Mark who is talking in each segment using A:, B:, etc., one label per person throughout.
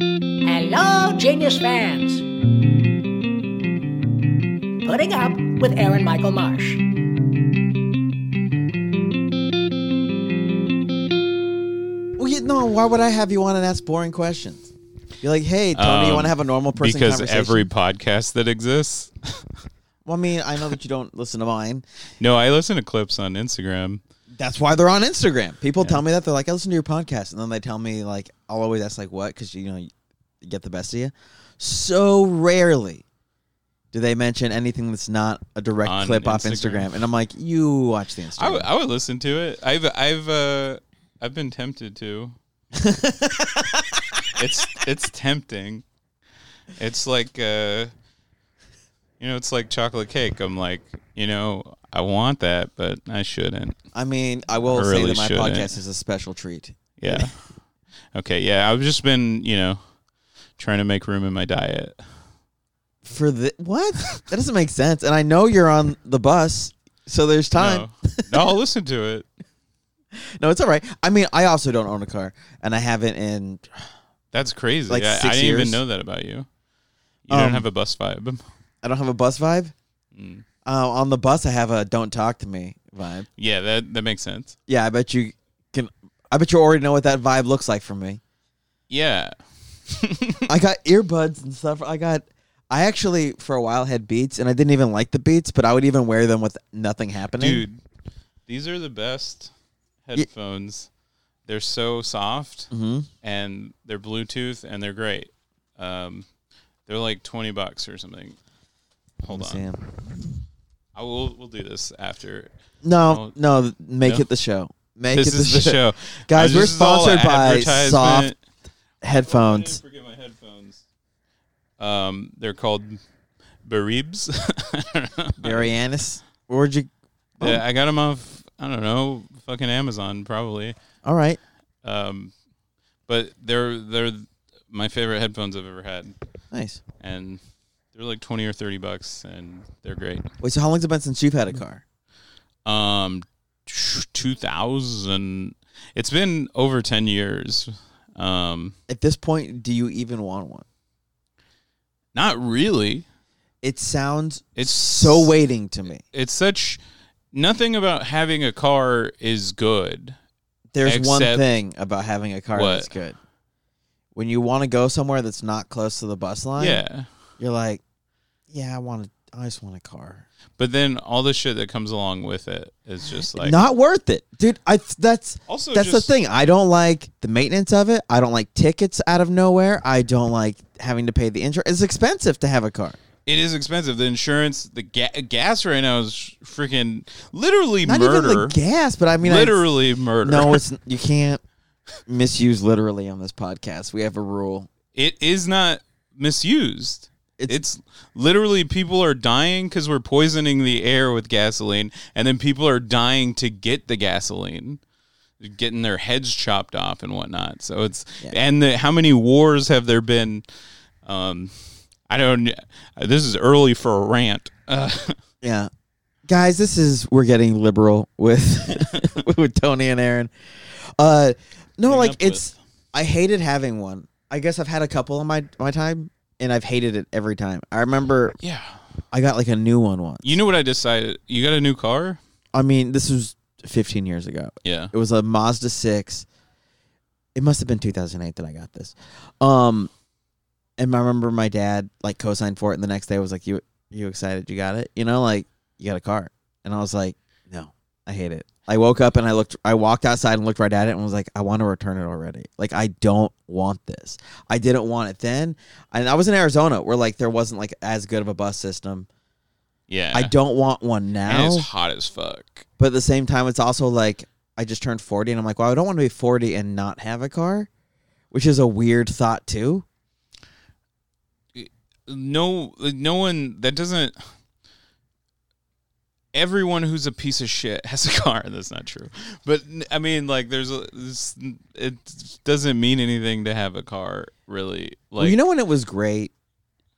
A: Hello, Genius fans! Putting up with Aaron Michael Marsh.
B: Well, you, no, why would I have you on and ask boring questions? You're like, hey, Tony, you
C: Um,
B: want to have a normal person
C: because
B: conversation?
C: every podcast that exists.
B: well, I mean, I know that you don't listen to mine.
C: No, I listen to clips on Instagram.
B: That's why they're on Instagram. People tell me that they're like, I listen to your podcast, and then they tell me like, I'll always ask like, what? Because you know, you get the best of you. So rarely do they mention anything that's not a direct
C: On
B: clip off
C: Instagram.
B: Instagram, and I'm like, you watch the Instagram.
C: I, w- I would listen to it. I've I've uh, I've been tempted to. it's it's tempting. It's like uh, you know, it's like chocolate cake. I'm like, you know, I want that, but I shouldn't.
B: I mean, I will
C: I
B: say
C: really
B: that my
C: shouldn't.
B: podcast is a special treat.
C: Yeah. Okay. Yeah. I've just been, you know, trying to make room in my diet.
B: For the what? that doesn't make sense. And I know you're on the bus, so there's time.
C: No. no, I'll listen to it.
B: No, it's all right. I mean, I also don't own a car, and I haven't in.
C: That's crazy.
B: Like
C: I, I
B: six
C: didn't
B: years.
C: even know that about you. You
B: Um,
C: don't have a bus vibe.
B: I don't have a bus vibe.
C: Mm.
B: Uh, on the bus, I have a "Don't talk to me" vibe.
C: Yeah, that that makes sense.
B: Yeah, I bet you can. I bet you already know what that vibe looks like for me.
C: Yeah.
B: I got earbuds and stuff. I got. I actually for a while had Beats, and I didn't even like the Beats, but I would even wear them with nothing happening.
C: Dude, these are the best headphones. They're so soft
B: Mhm.
C: and they're Bluetooth and they're great. Um, they're like 20 bucks or something. Hold
B: Let me see
C: on.
B: 'em.
C: I will we'll do this after.
B: No, no, make
C: No?
B: it the show. Make
C: this
B: it the,
C: is the
B: show.
C: show.
B: Guys,
C: Uh,
B: we're
C: this is all
B: sponsored by
C: advertisement.
B: Soft
C: I
B: Headphones.
C: didn't forget my headphones. Um, they're called Baribs.
B: Marianis, where'd you? Oh.
C: Yeah, I got them off. I don't know, fucking Amazon probably.
B: All right.
C: Um, but they're they're my favorite headphones I've ever had,
B: Nice.
C: and they're like twenty or thirty bucks, and they're great.
B: Wait, so how long's it been since you've had a car?
C: Um, two thousand. It's been over ten years. Um,
B: At this point, do you even want one?
C: not really.
B: It sounds
C: It's
B: so waiting to me.
C: It's such nothing about having a car is good.
B: There's one
C: Except-
B: thing about having a car
C: What?
B: that's good. When you want to go somewhere that's not close to the bus line,
C: Yeah.
B: you're like, yeah, I want to. I just want a car.
C: But then all the shit that comes along with it is just like
B: not worth it, dude. I that's
C: also
B: that's
C: just,
B: the thing. I don't like the maintenance of it. I don't like tickets out of nowhere. I don't like having to pay the insurance. It's expensive to have a car.
C: It is expensive. The insurance, the ga- gas right now is freaking literally
B: Not
C: murder.
B: even the gas, but I mean, I,
C: literally murder.
B: No, it's you can't misuse literally on this podcast. We have a rule.
C: it is not misused.
B: It's-
C: It's, literally people are dying because we're poisoning the air with gasoline, and then people are dying to get the gasoline, getting their heads chopped off and whatnot. So it's
B: Yeah.
C: and the, how many wars have there been? Um, I don't. This is early for a rant. Uh,
B: Yeah. Guys, this is we're getting liberal with with Tony and Aaron. Uh no,
C: Hang
B: like
C: up
B: it's I hated having one. I guess I've had a couple in my my time and I've hated it every time. I remember
C: yeah,
B: I got like a new one once.
C: you know what I decided? You got a new car?
B: I mean, this was 15 years ago.
C: Yeah.
B: It was a Mazda 6. It must have been 2008 that I got this. Um and I remember my dad like co-signed for it and the next day was like you you excited you got it? You know like you got a car. And I was like, "No, I hate it." I woke up and I looked I walked outside and looked right at it and was like, "I want to return it already. Like I don't want this. I didn't want it then." And I was in Arizona where like there wasn't like as good of a bus system.
C: Yeah.
B: I don't want one now.
C: And it's hot as fuck.
B: But at the same time, it's also like I just turned 40 and I'm like, well, I don't want to be 40 and not have a car, which is a weird thought, too.
C: No, no one that doesn't. Everyone who's a piece of shit has a car. That's not true, but I mean, like, there's a. This, it doesn't mean anything to have a car, really. Like,
B: well, you know, when it was great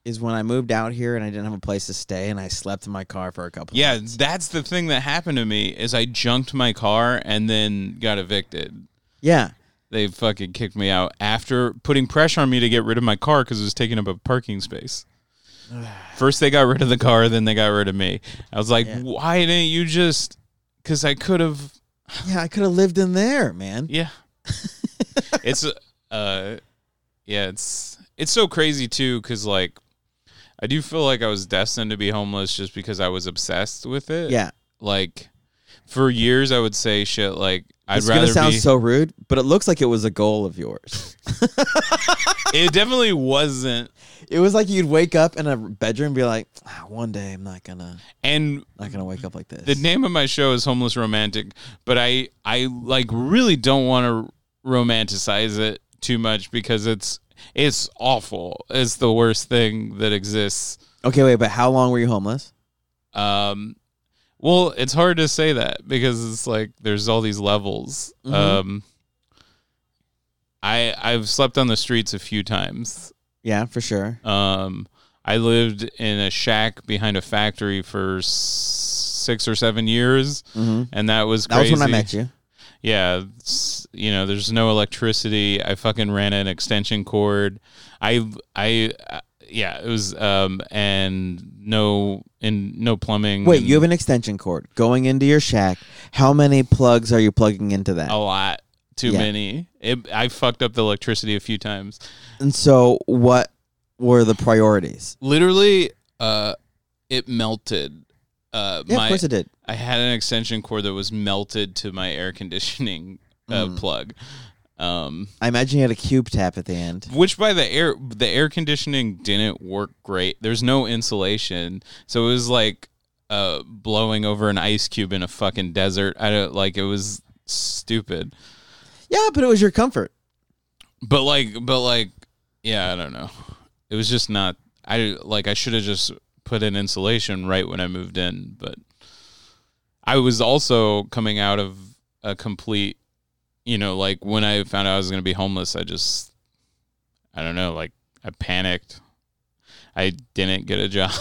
B: is when I moved out here and I didn't have a place to stay and I slept in my car for a couple
C: yeah, that's the thing that happened to me is I junked my car and then got evicted.
B: Yeah.
C: They fucking kicked me out after putting pressure on me to get rid of my car because it was taking up a parking space. First, they got rid of the car, then they got rid of me. I was like,
B: Yeah.
C: why didn't you just? Because I could have
B: Yeah, I could have lived in there, man.
C: Yeah. it's uh yeah, it's it's so crazy too cuz like I do feel like I was destined to be homeless just because I was obsessed with it.
B: Yeah,
C: Like for years I would say shit like I'd
B: it's
C: rather
B: gonna sound
C: be
B: so rude, but it looks like it was a goal of yours.
C: It definitely wasn't.
B: it was like you'd wake up in a bedroom and be like, "Ah, "One day I'm not gonna
C: And
B: not gonna wake up like this."
C: the name of my show is Homeless Romantic, but I I like really don't want to romanticize it too much because it's it's awful. It's the worst thing that exists.
B: okay, wait, but how long were you homeless?
C: Um, well, it's hard to say that because it's like there's all these levels.
B: Mhm.
C: Um, I I've slept on the streets a few times.
B: Yeah, for sure.
C: Um, I lived in a shack behind a factory for s- six or seven years,
B: hmm
C: and that was
B: That was
C: crazy.
B: when I met you.
C: Yeah, it's- you know, there's no electricity. I fucking ran an extension cord. I I. uh, yeah, it was um and no and no plumbing.
B: Wait,
C: and-
B: you have an extension cord going into your shack. How many plugs are you plugging into that?
C: a lot too
B: Yeah.
C: many it, i fucked up the electricity a few times
B: And so, what were the priorities?
C: literally uh it melted uh
B: Yeah,
C: my
B: of course it did.
C: i had an extension cord that was melted to my air conditioning uh,
B: Mm.
C: plug um
B: I imagine you had a cube tap at the end.
C: which by the air the air conditioning didn't work great there's no insulation so it was like uh blowing over an ice cube in a fucking desert i don't like it was stupid
B: Yeah, but it was your comfort.
C: but like but like yeah i don't know it was just not i like i should have just put in insulation right when i moved in but i was also coming out of a complete you know like when i found out i was going to be homeless i just i don't know like i panicked i didn't get a job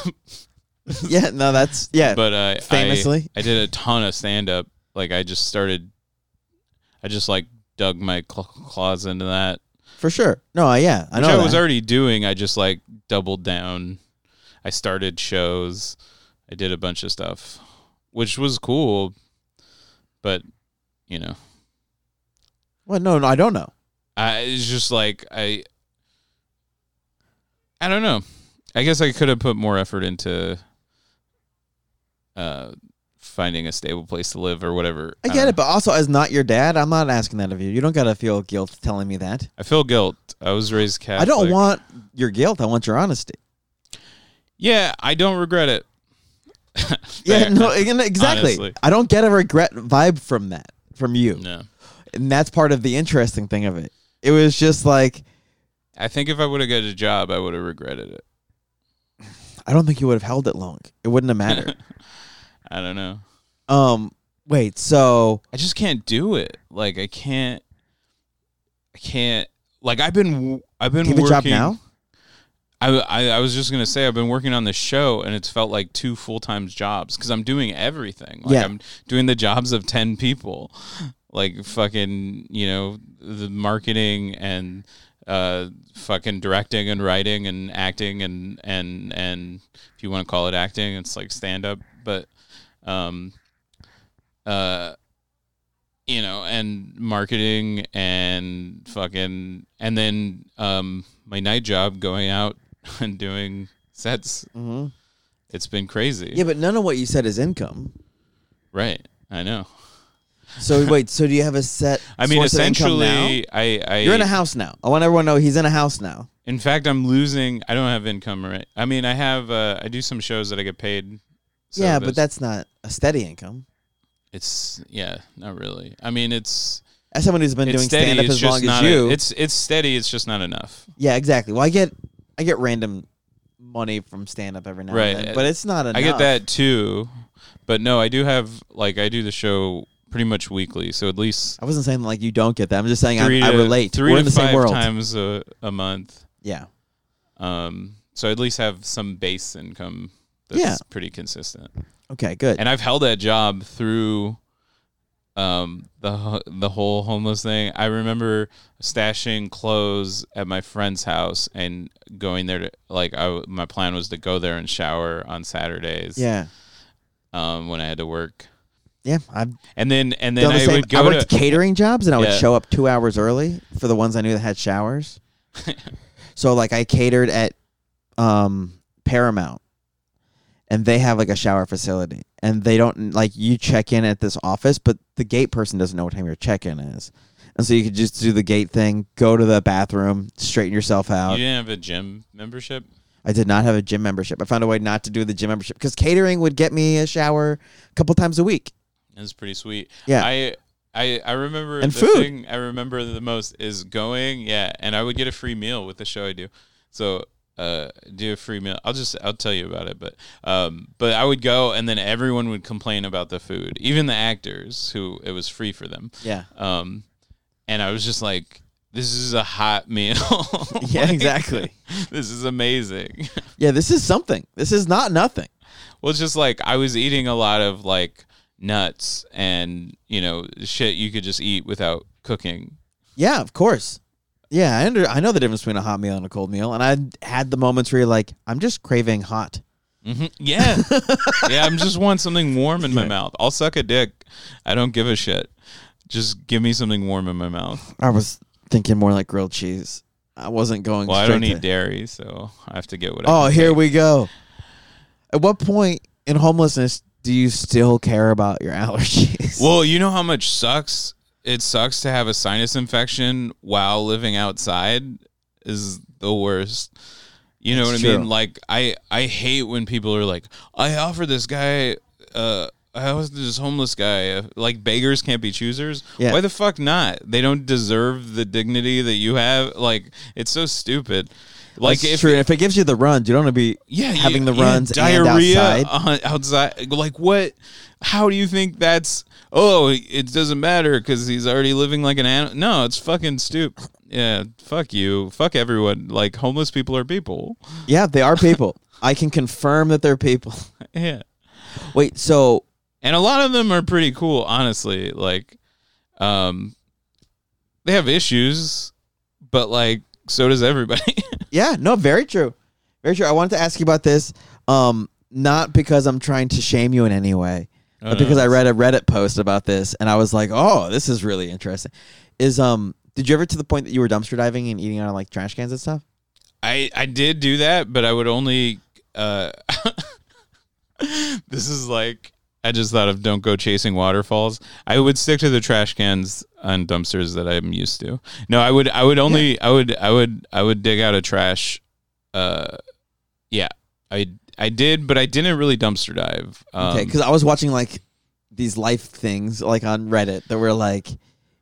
B: yeah, no, that's yeah.
C: but uh, I,
B: famously,
C: I did a ton of stand up. Like I just started, I just like dug my cl- claws into that.
B: for sure. No, yeah, I
C: Which
B: know.
C: I
B: that.
C: was already doing. I just like doubled down. I started shows. I did a bunch of stuff, which was cool. But you know,
B: Well, no, no, I don't know.
C: I it's just like I. I don't know. I guess I could have put more effort into uh, finding a stable place to live or whatever.
B: I get it, but also as not your dad, I'm not asking that of you. You don't gotta feel guilt telling me that.
C: I feel guilt. I was raised Catholic.
B: I don't want your guilt. I want your honesty.
C: Yeah, I don't regret it.
B: Yeah,
C: There.
B: no, and exactly.
C: Honestly.
B: I don't get a regret vibe from that, from you,
C: No.
B: and that's part of the interesting thing of it. It was just like
C: I think if I would have got a job, I would have regretted it.
B: I don't think you would have held it long. It wouldn't have mattered.
C: I don't know.
B: um, wait, so
C: I just can't do it. Like I can't. I can't. Like I've been. w- I've been
B: do you have a job
C: working.
B: now?
C: I, I I was just gonna say I've been working on this show and it's felt like two full time jobs because I'm doing everything. Like
B: Yeah.
C: I'm doing the jobs of ten people, like fucking you know the marketing and uh fucking directing and writing and acting and and and if you want to call it acting, it's like stand up, but um uh you know, and marketing and fucking, and then um, my night job going out and doing sets.
B: hmm
C: It's been crazy.
B: Yeah, but none of what you said is income.
C: Right. I know.
B: So wait, so do you have a set?
C: I mean,
B: source of income now?
C: essentially, I, I,
B: you're in a house now. I want everyone to know he's in a house now.
C: in fact, I'm losing, I don't have income right. I mean, I have, uh, I do some shows that I get paid. so
B: yeah, but that's not a steady income.
C: it's, yeah, not really. I mean, it's,
B: As someone who's been
C: it's
B: doing
C: steady.
B: stand up
C: It's
B: as
C: just
B: long as
C: not, a-
B: you,
C: it's, it's steady. It's just not enough.
B: yeah, exactly. Well, I get I get random money from stand up every now
C: Right. uh,
B: and then, but it's not enough.
C: I get that too, but no, I do have like I do the show pretty much weekly, so at least
B: I wasn't saying like you don't get that. I'm just saying
C: three
B: I, I
C: to,
B: relate.
C: Three
B: We're
C: to
B: in the
C: five
B: same world.
C: times a, a month.
B: Yeah.
C: Um, so I at least have some base income that's
B: Yeah.
C: pretty consistent,
B: Okay. Good.
C: and I've held that job through um, the ho- the whole homeless thing. I remember stashing clothes at my friend's house and going there to like I w- my plan was to go there and shower on Saturdays.
B: Yeah.
C: Um, when I had to work,
B: Yeah. I've
C: and then and then
B: done the
C: I
B: same.
C: would
B: I
C: go
B: worked
C: to
B: catering jobs and I would
C: Yeah.
B: show up two hours early for the ones I knew that had showers. so like I catered at um, Paramount and they have like a shower facility and they don't like you check in at this office, but the gate person doesn't know what time your check in is. And so you could just do the gate thing, go to the bathroom, straighten yourself
C: you
B: out.
C: didn't have a gym membership.
B: I did not have a gym membership. I found a way not to do the gym membership because catering would get me a shower a couple times a week.
C: It's pretty sweet.
B: Yeah.
C: I I I remember
B: And
C: the
B: food.
C: thing I remember the most is going, yeah, and I would get a free meal with the show I do. So uh, do a free meal. I'll just I'll tell you about it, but um, but I would go and then everyone would complain about the food, even the actors who it was free for them.
B: Yeah.
C: Um, and I was just like, this is a hot meal.
B: Yeah,
C: Like,
B: exactly.
C: This is amazing.
B: Yeah, this is something. This is not nothing.
C: Well, it's just like I was eating a lot of like nuts and you know shit you could just eat without cooking.
B: Yeah, of course. Yeah, I under I know the difference between a hot meal and a cold meal, and I had the moments where you're like, I'm just craving hot.
C: hmm Yeah, yeah. I'm just want something warm in my mouth. I'll suck a dick. I don't give a shit. Just give me something warm in my mouth.
B: I was thinking more like grilled cheese. I wasn't going.
C: Well, I
B: straight
C: don't
B: to-
C: eat dairy, so I have to get what.
B: Oh,
C: I can
B: here
C: get.
B: we go. At what point in homelessness do you still care about your allergies?
C: Well, you know how much sucks. It sucks to have a sinus infection while living outside. Is the worst. You know
B: That's
C: what I
B: true.
C: mean? Like I, I hate when people are like, I offered this guy, uh, I offered this homeless guy. uh, Like beggars can't be choosers.
B: Yeah.
C: Why the fuck not? They don't deserve the dignity that you have. Like it's so stupid. Like
B: That's
C: if
B: true. if it gives you the runs, you don't want to be
C: yeah, you-
B: having the
C: yeah,
B: runs and
C: diarrhea
B: outside.
C: on- outside. Like what? How do you think that's? Oh, it doesn't matter because he's already living like an animal. No, it's fucking stupid. Yeah, fuck you, fuck everyone. Like homeless people are people.
B: yeah, they are people. I can confirm that they're people.
C: Yeah,
B: Wait, so
C: and a lot of them are pretty cool, honestly. Like, um, they have issues, but like, so does everybody.
B: Yeah, no, very true. Very true. I wanted to ask you about this, um, not because I'm trying to shame you in any way,
C: Oh,
B: but
C: no.
B: because I read a Reddit post about this and I was like, oh, this is really interesting. Is um, did you ever to the point that you were dumpster diving and eating out of like trash cans and stuff?
C: I I did do that, but I would only. Uh, this is like I just thought of don't go chasing waterfalls. I would stick to the trash cans and dumpsters that I'm used to. No, I would I would only I would I would I would dig out a trash. Uh, yeah, I I did, but I didn't really dumpster dive. Um,
B: Okay, because I was watching like these life things like on Reddit that were like,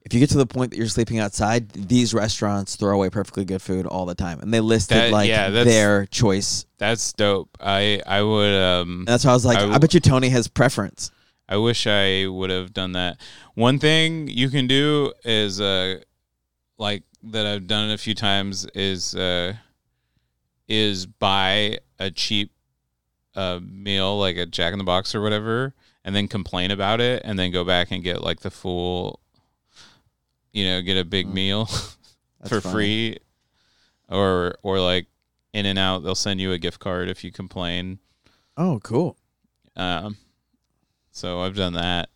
B: if you get to the point that you're sleeping outside, these restaurants throw away perfectly good food all the time, and they listed
C: That-
B: like
C: yeah, that's-
B: their choice.
C: that's dope. I I would um.
B: And that's why I was like,
C: I
B: I
C: w-
B: bet you Tony has preference.
C: I wish I would have done that. One thing you can do is uh like that I've done a few times is uh is buy a cheap uh meal like a jack in the box or whatever and then complain about it and then go back and get like the full you know, get a big meal
B: Mm. That's
C: for
B: funny.
C: free or or like in and out they'll send you a gift card if you complain.
B: Oh, cool.
C: Um so I've done that.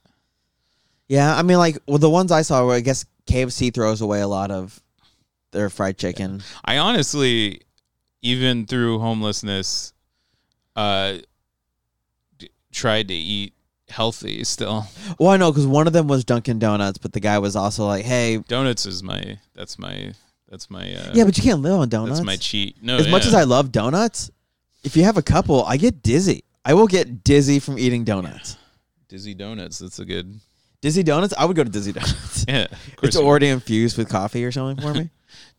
B: Yeah, I mean, like well, the ones I saw were, I guess KFC throws away a lot of their fried chicken.
C: I honestly, even through homelessness, uh, d- tried to eat healthy still.
B: Well, I know because one of them was Dunkin' Donuts, but the guy was also like, "Hey,
C: Donuts is my that's my that's my uh,
B: yeah, but you can't live on donuts."
C: that's my cheat. No,
B: as much
C: yeah.
B: as I love donuts, if you have a couple, I get dizzy. I will get dizzy from eating donuts.
C: dizzy donuts. That's a good
B: Dizzy donuts, I would go to Dizzy Donuts.
C: yeah. Of course,
B: it's already infused with coffee or something for me.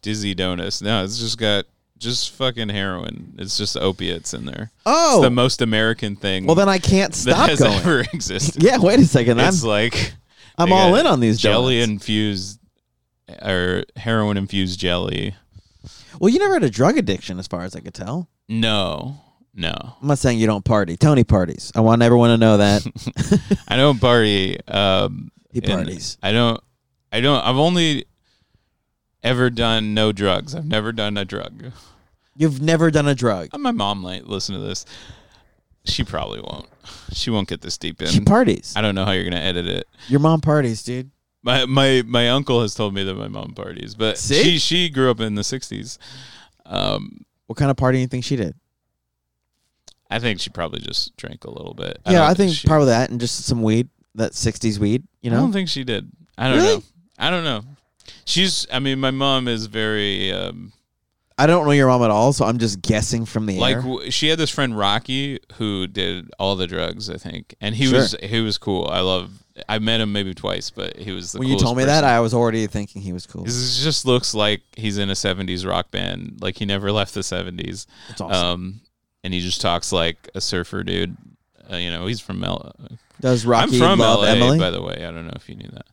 C: dizzy donuts. No, it's just got just fucking heroin. It's just opiates in there.
B: Oh,
C: It's the most American thing.
B: well then I can't
C: that
B: stop
C: has
B: going.
C: ever existed.
B: yeah, wait a second. I'm
C: it's like
B: I'm
C: they
B: all
C: got
B: in on these
C: jelly
B: donuts.
C: infused or heroin infused jelly.
B: well, you never had a drug addiction, as far as I could tell.
C: No, no.
B: I'm not saying you don't party. Tony parties. I want everyone to know that
C: I don't party. Um,
B: He
C: And
B: parties.
C: I don't. I don't. I've only ever done no drugs. I've never done a drug. Uh,
B: You've never done a drug.
C: My mom might listen to this. She probably won't. She won't get this deep
B: She
C: in.
B: parties.
C: I don't know how you're gonna edit it.
B: Your mom parties, dude.
C: My my my uncle has told me that my mom parties, but
B: See?
C: she she grew up in the '60s. Um,
B: What kind of party do you think she did?
C: I think she probably just drank a little bit.
B: yeah,
C: don't
B: I think
C: she-
B: probably that and just some weed, that 60s weed, you
C: I don't
B: know?
C: think she did. I don't
B: Really?
C: know. I don't know. She's. I mean, my mom is very. Um,
B: I don't know your mom at all, so I'm just guessing from the
C: like
B: air.
C: w- she had this friend Rocky who did all the drugs, I think, and he
B: Sure.
C: was he was cool. I love. I met him maybe twice, but he was the.
B: When you told me
C: coolest
B: that,
C: person.
B: I was already thinking he was cool.
C: He just looks like he's in a '70s rock band. Like he never left the '70s.
B: It's awesome.
C: Um, and he just talks like a surfer dude. Uh, you know, he's from Mel.
B: Does Rocky
C: I'm from
B: love
C: LA,
B: Emily?
C: by the way. I don't know if you knew that.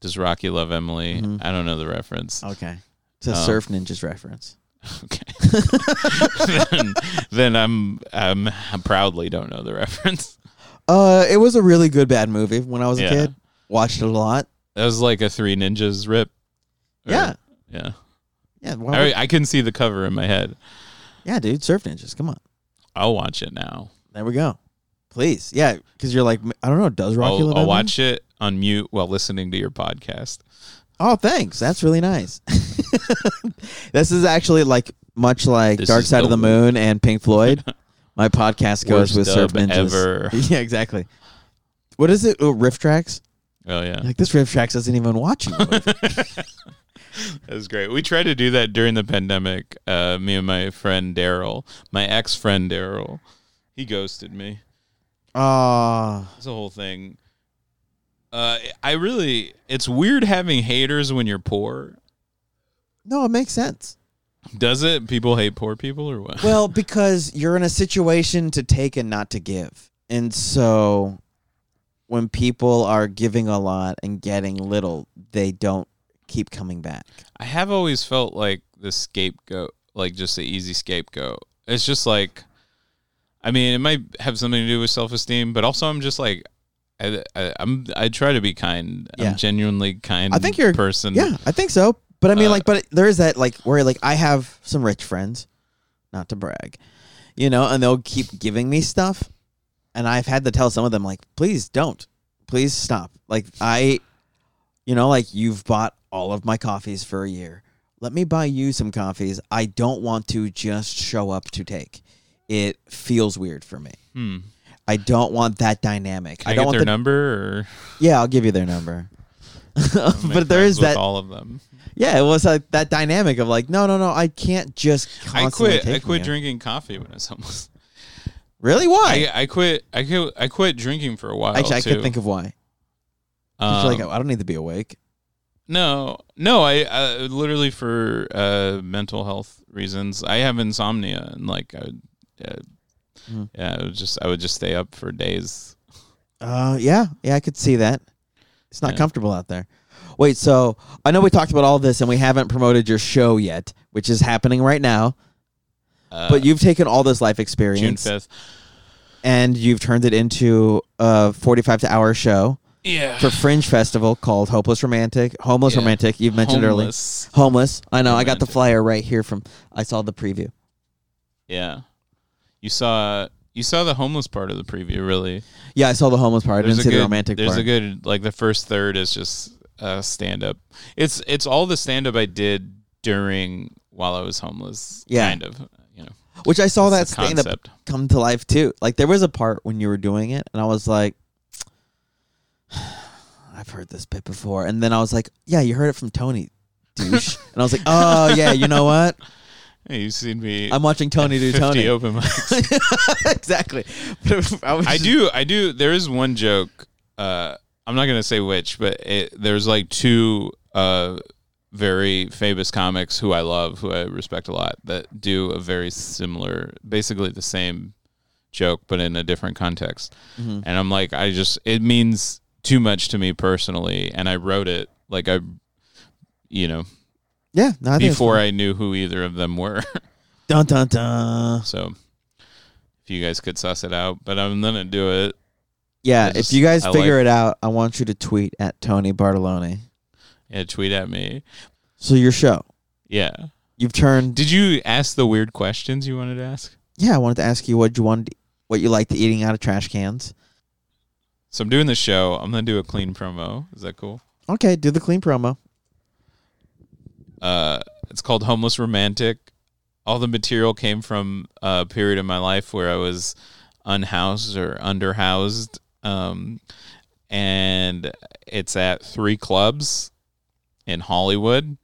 C: Does Rocky love Emily?
B: Mhm.
C: I don't know the reference.
B: Okay. It's a
C: Um,
B: Surf Ninjas reference.
C: Okay. then, then I'm, I'm I proudly don't know the reference.
B: Uh, it was a really good bad movie when I was a
C: Yeah.
B: kid. Watched it a lot.
C: That was like a Three Ninjas rip. Or-
B: yeah,
C: Yeah.
B: yeah, why would-
C: I, I can see the cover in my head.
B: yeah, dude. Surf Ninjas. Come on,
C: I'll watch it now.
B: there we go. Please, yeah, because you're like I don't know. Does Rocky
C: I'll,
B: love
C: I'll
B: Emily?
C: Oh, watch it on mute while listening to your podcast.
B: Oh, thanks. That's really nice. this is actually like much like
C: This
B: Dark
C: is
B: Side of
C: the
B: the Moon and Pink Floyd. My podcast goes
C: Worst
B: with Surf
C: dub
B: Ninjas.
C: ever.
B: Yeah, exactly. What is it? Oh, riff tracks.
C: Oh yeah.
B: Like this riff tracks isn't even watching. the movie.
C: That was great. We tried to do that during the pandemic. Uh, me and my friend Daryl, my ex friend Daryl, he ghosted me.
B: Ah,
C: It's a whole thing. Uh, I really, it's weird having haters when you're poor.
B: no, it makes sense.
C: Does it? People hate poor people or what?
B: Well, because you're in a situation to take and not to give. And so when people are giving a lot and getting little, they don't keep coming back.
C: I have always felt like the scapegoat, like just the easy scapegoat. It's just like, I mean, it might have something to do with self esteem, but also I'm just like, I, I, I'm I try to be kind.
B: Yeah.
C: I'm genuinely kind.
B: I think you're-
C: person.
B: Yeah, I think so. But I mean
C: Uh,
B: like but it- there is that like where like I have some rich friends, not to brag. You know, and they'll keep giving me stuff and I've had to tell some of them like please don't. Please stop. Like I you know, like you've bought all of my coffees for a year. Let me buy you some coffees. I don't want to just show up to take. It feels weird for me.
C: Hmm.
B: I don't want that dynamic.
C: Can I,
B: don't
C: get
B: want
C: their
B: the
C: number, or
B: Yeah, I'll give you their number.
C: I'll make
B: but there
C: friends
B: is
C: with
B: that
C: all of them.
B: yeah, it was like that dynamic of like, no, no, no, I can't just.
C: I
B: Constantly
C: quit. I
B: take from
C: quit
B: you.
C: drinking coffee when I was homeless.
B: Really? Why?
C: I, I quit. I quit. I quit drinking for a while.
B: Actually, I
C: too.
B: could think of why. I
C: Um,
B: feel like I don't need to be awake.
C: no, no. I, I literally for uh, mental health reasons. I have insomnia, and like I, would, uh,
B: Mm.
C: yeah, I would just I would just stay up for days.
B: Uh, yeah, yeah, I could see that. It's not
C: Yeah.
B: comfortable out there. Wait, so I know we talked about all this and we haven't promoted your show yet, which is happening right now.
C: Uh,
B: but you've taken all this life
C: June
B: experience
C: fifth.
B: and you've turned it into a 45 to hour show
C: Yeah.
B: for Fringe Festival called Hopeless Romantic, Homeless
C: Yeah.
B: Romantic. You've mentioned earlier.
C: Homeless.
B: Homeless. I know. I got the
C: Romantic.
B: flyer right here from. I saw the preview.
C: Yeah. You saw you saw the homeless part of the preview, really.
B: Yeah, I saw the homeless part. I didn't
C: a
B: see
C: good,
B: the romantic
C: there's
B: part.
C: a good like the first third is just uh, stand up. It's it's all the stand up I did during while I was homeless.
B: Yeah.
C: kind of. You know,
B: Which I saw that
C: that's the
B: stand up
C: concept.
B: come to life too. Like there was a part when you were doing it, and I was like, I've heard this bit before. And then I was like, Yeah, you heard it from Tony, douche. and I was like, Oh yeah, you know what?
C: Hey, you've seen me.
B: I'm watching Tony do
C: 50
B: Tony.
C: open mics.
B: exactly. But I, was
C: I
B: just-
C: do. I do. There is one joke. Uh, I'm not gonna say which, but it, there's like two uh, very famous comics who I love, who I respect a lot, that do a very similar, basically the same joke, but in a different context.
B: Mhm.
C: And I'm like, I just it means too much to me personally, and I wrote it like I, you know,
B: Yeah, no, I think it's
C: before
B: fun.
C: I knew who either of them were.
B: dun dun dun.
C: so if you guys could suss it out, but I'm gonna do it.
B: Yeah,
C: I just-
B: if you guys
C: I
B: figure it out, I want you to tweet at Tony Bartolone.
C: Yeah, tweet at me.
B: So your show,
C: Yeah.
B: you've turned.
C: Did you ask the weird questions you wanted to ask?
B: yeah, I wanted to ask you what you wanted, what you liked eating out of trash cans.
C: So I'm doing the show. I'm gonna do a clean promo. Is that cool?
B: Okay, do the clean promo.
C: Uh, it's called Homeless Romantic. All the material came from a period in my life where I was unhoused or underhoused. Um, and it's at three clubs in Hollywood.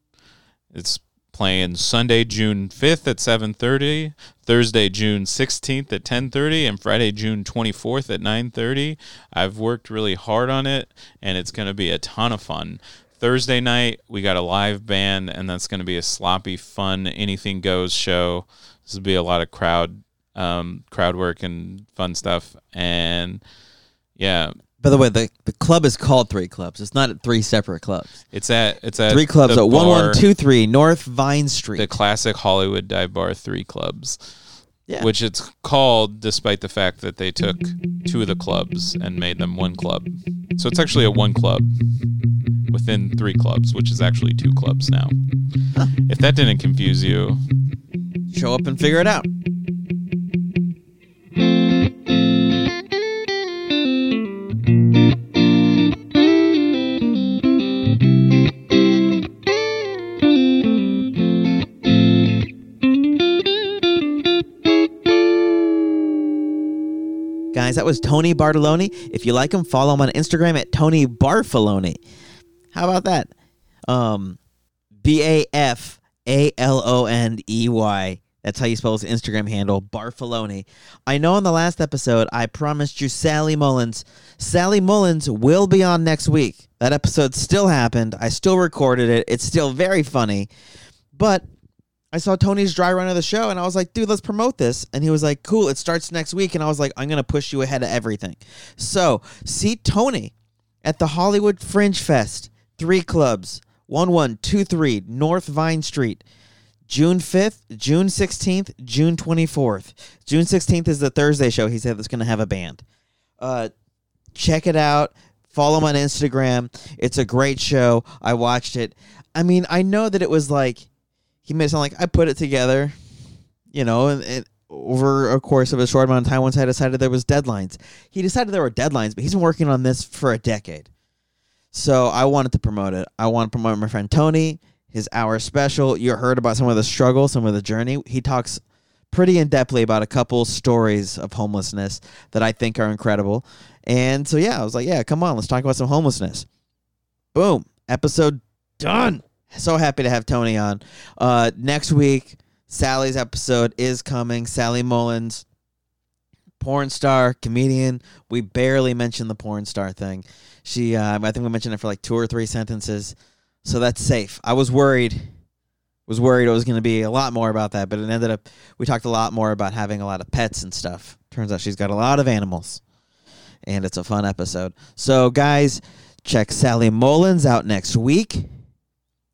C: It's playing Sunday, June 5th at 7:30, Thursday, June 16th at 10:30, and Friday, June 24th at 9:30. I've worked really hard on it and it's going to be a ton of fun. Thursday night, we got a live band and that's going to be a sloppy fun anything goes show. This will be a lot of crowd um, crowd work and fun stuff and yeah,
B: By the way, the, the club is called Three Clubs. It's not at three separate clubs.
C: it's at it's at
B: Three clubs
C: the
B: at
C: bar-
B: one one two three North Vine Street.
C: the classic Hollywood dive bar three clubs,
B: Yeah.
C: which it's called despite the fact that they took two of the clubs and made them one club. So it's actually a one club within three clubs, which is actually two clubs now. if that didn't confuse you,
B: Show up and figure it out. Guys, that was Tony Bartolone. If you like him, follow him on Instagram at Tony Barfalone. How about that? Um, B A F A L O N E Y. That's how you spell his Instagram handle, Barfalone. I know on the last episode I promised you Sally Mullins. Sally Mullins will be on next week. That episode still happened. I still recorded it. It's still very funny. But I saw Tony's dry run of the show and I was like, dude, let's promote this. And he was like, cool, it starts next week. And I was like, I'm going to push you ahead of everything. So see Tony at the Hollywood Fringe Fest, three clubs, 1123 North Vine Street. June 5th, June 16th, June 24th. June 16th is the Thursday show. He said that's going to have a band. Uh, check it out. Follow him on Instagram. It's a great show. I watched it. I mean, I know that it was like, he made it sound like I put it together, you know, and, and over a course of a short amount of time, once I decided there was deadlines. He decided there were deadlines, but he's been working on this for a decade. So I wanted to promote it. I want to promote my friend Tony, his hour special. You heard about some of the struggle, some of the journey. He talks pretty in depthly about a couple stories of homelessness that I think are incredible. And so yeah, I was like, yeah, come on, let's talk about some homelessness. Boom, episode done. So happy to have Tony on. Uh, next week, Sally's episode is coming. Sally Mullins, porn star, comedian. We barely mentioned the porn star thing. She, uh, I think we mentioned it for like two or three sentences. So that's safe. I was worried, was worried it was going to be a lot more about that, but it ended up, we talked a lot more about having a lot of pets and stuff. Turns out she's got a lot of animals. And it's a fun episode. So, guys, check Sally Mullins out next week.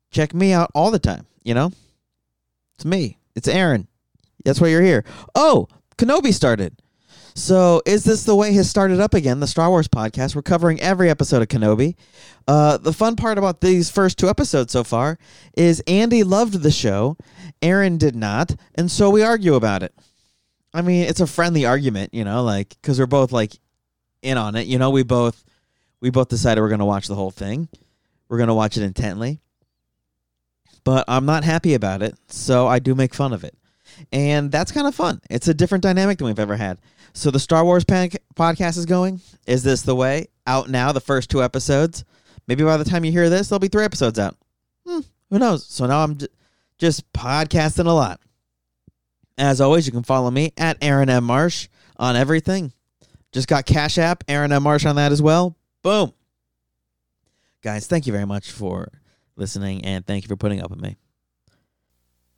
B: Check me out all the time, you know? It's me. It's Aaron. That's why you're here. Oh, Kenobi started. So is this the way has started up again? The Star Wars podcast. We're covering every episode of Kenobi. Uh, the fun part about these first two episodes so far is Andy loved the show, Aaron did not, and so we argue about it. I mean, it's a friendly argument, you know, like because we're both like in on it. You know, we both we both decided we're gonna watch the whole thing. We're gonna watch it intently but I'm not happy about it, so I do make fun of it. And that's kind of fun. It's a different dynamic than we've ever had. So the Star Wars pan- podcast is going. Is this the way? Out now, the first two episodes. Maybe by the time you hear this, there'll be three episodes out. Hmm, who knows? So now I'm j- just podcasting a lot. As always, you can follow me at Aaron M. Marsh on everything. Just got Cash App, Aaron M. Marsh on that as well. Boom. Guys, thank you very much for listening, and thank you for putting up with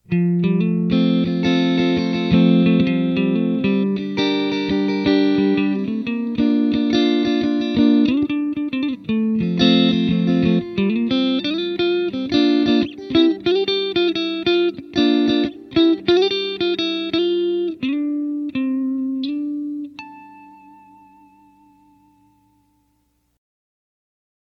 B: me.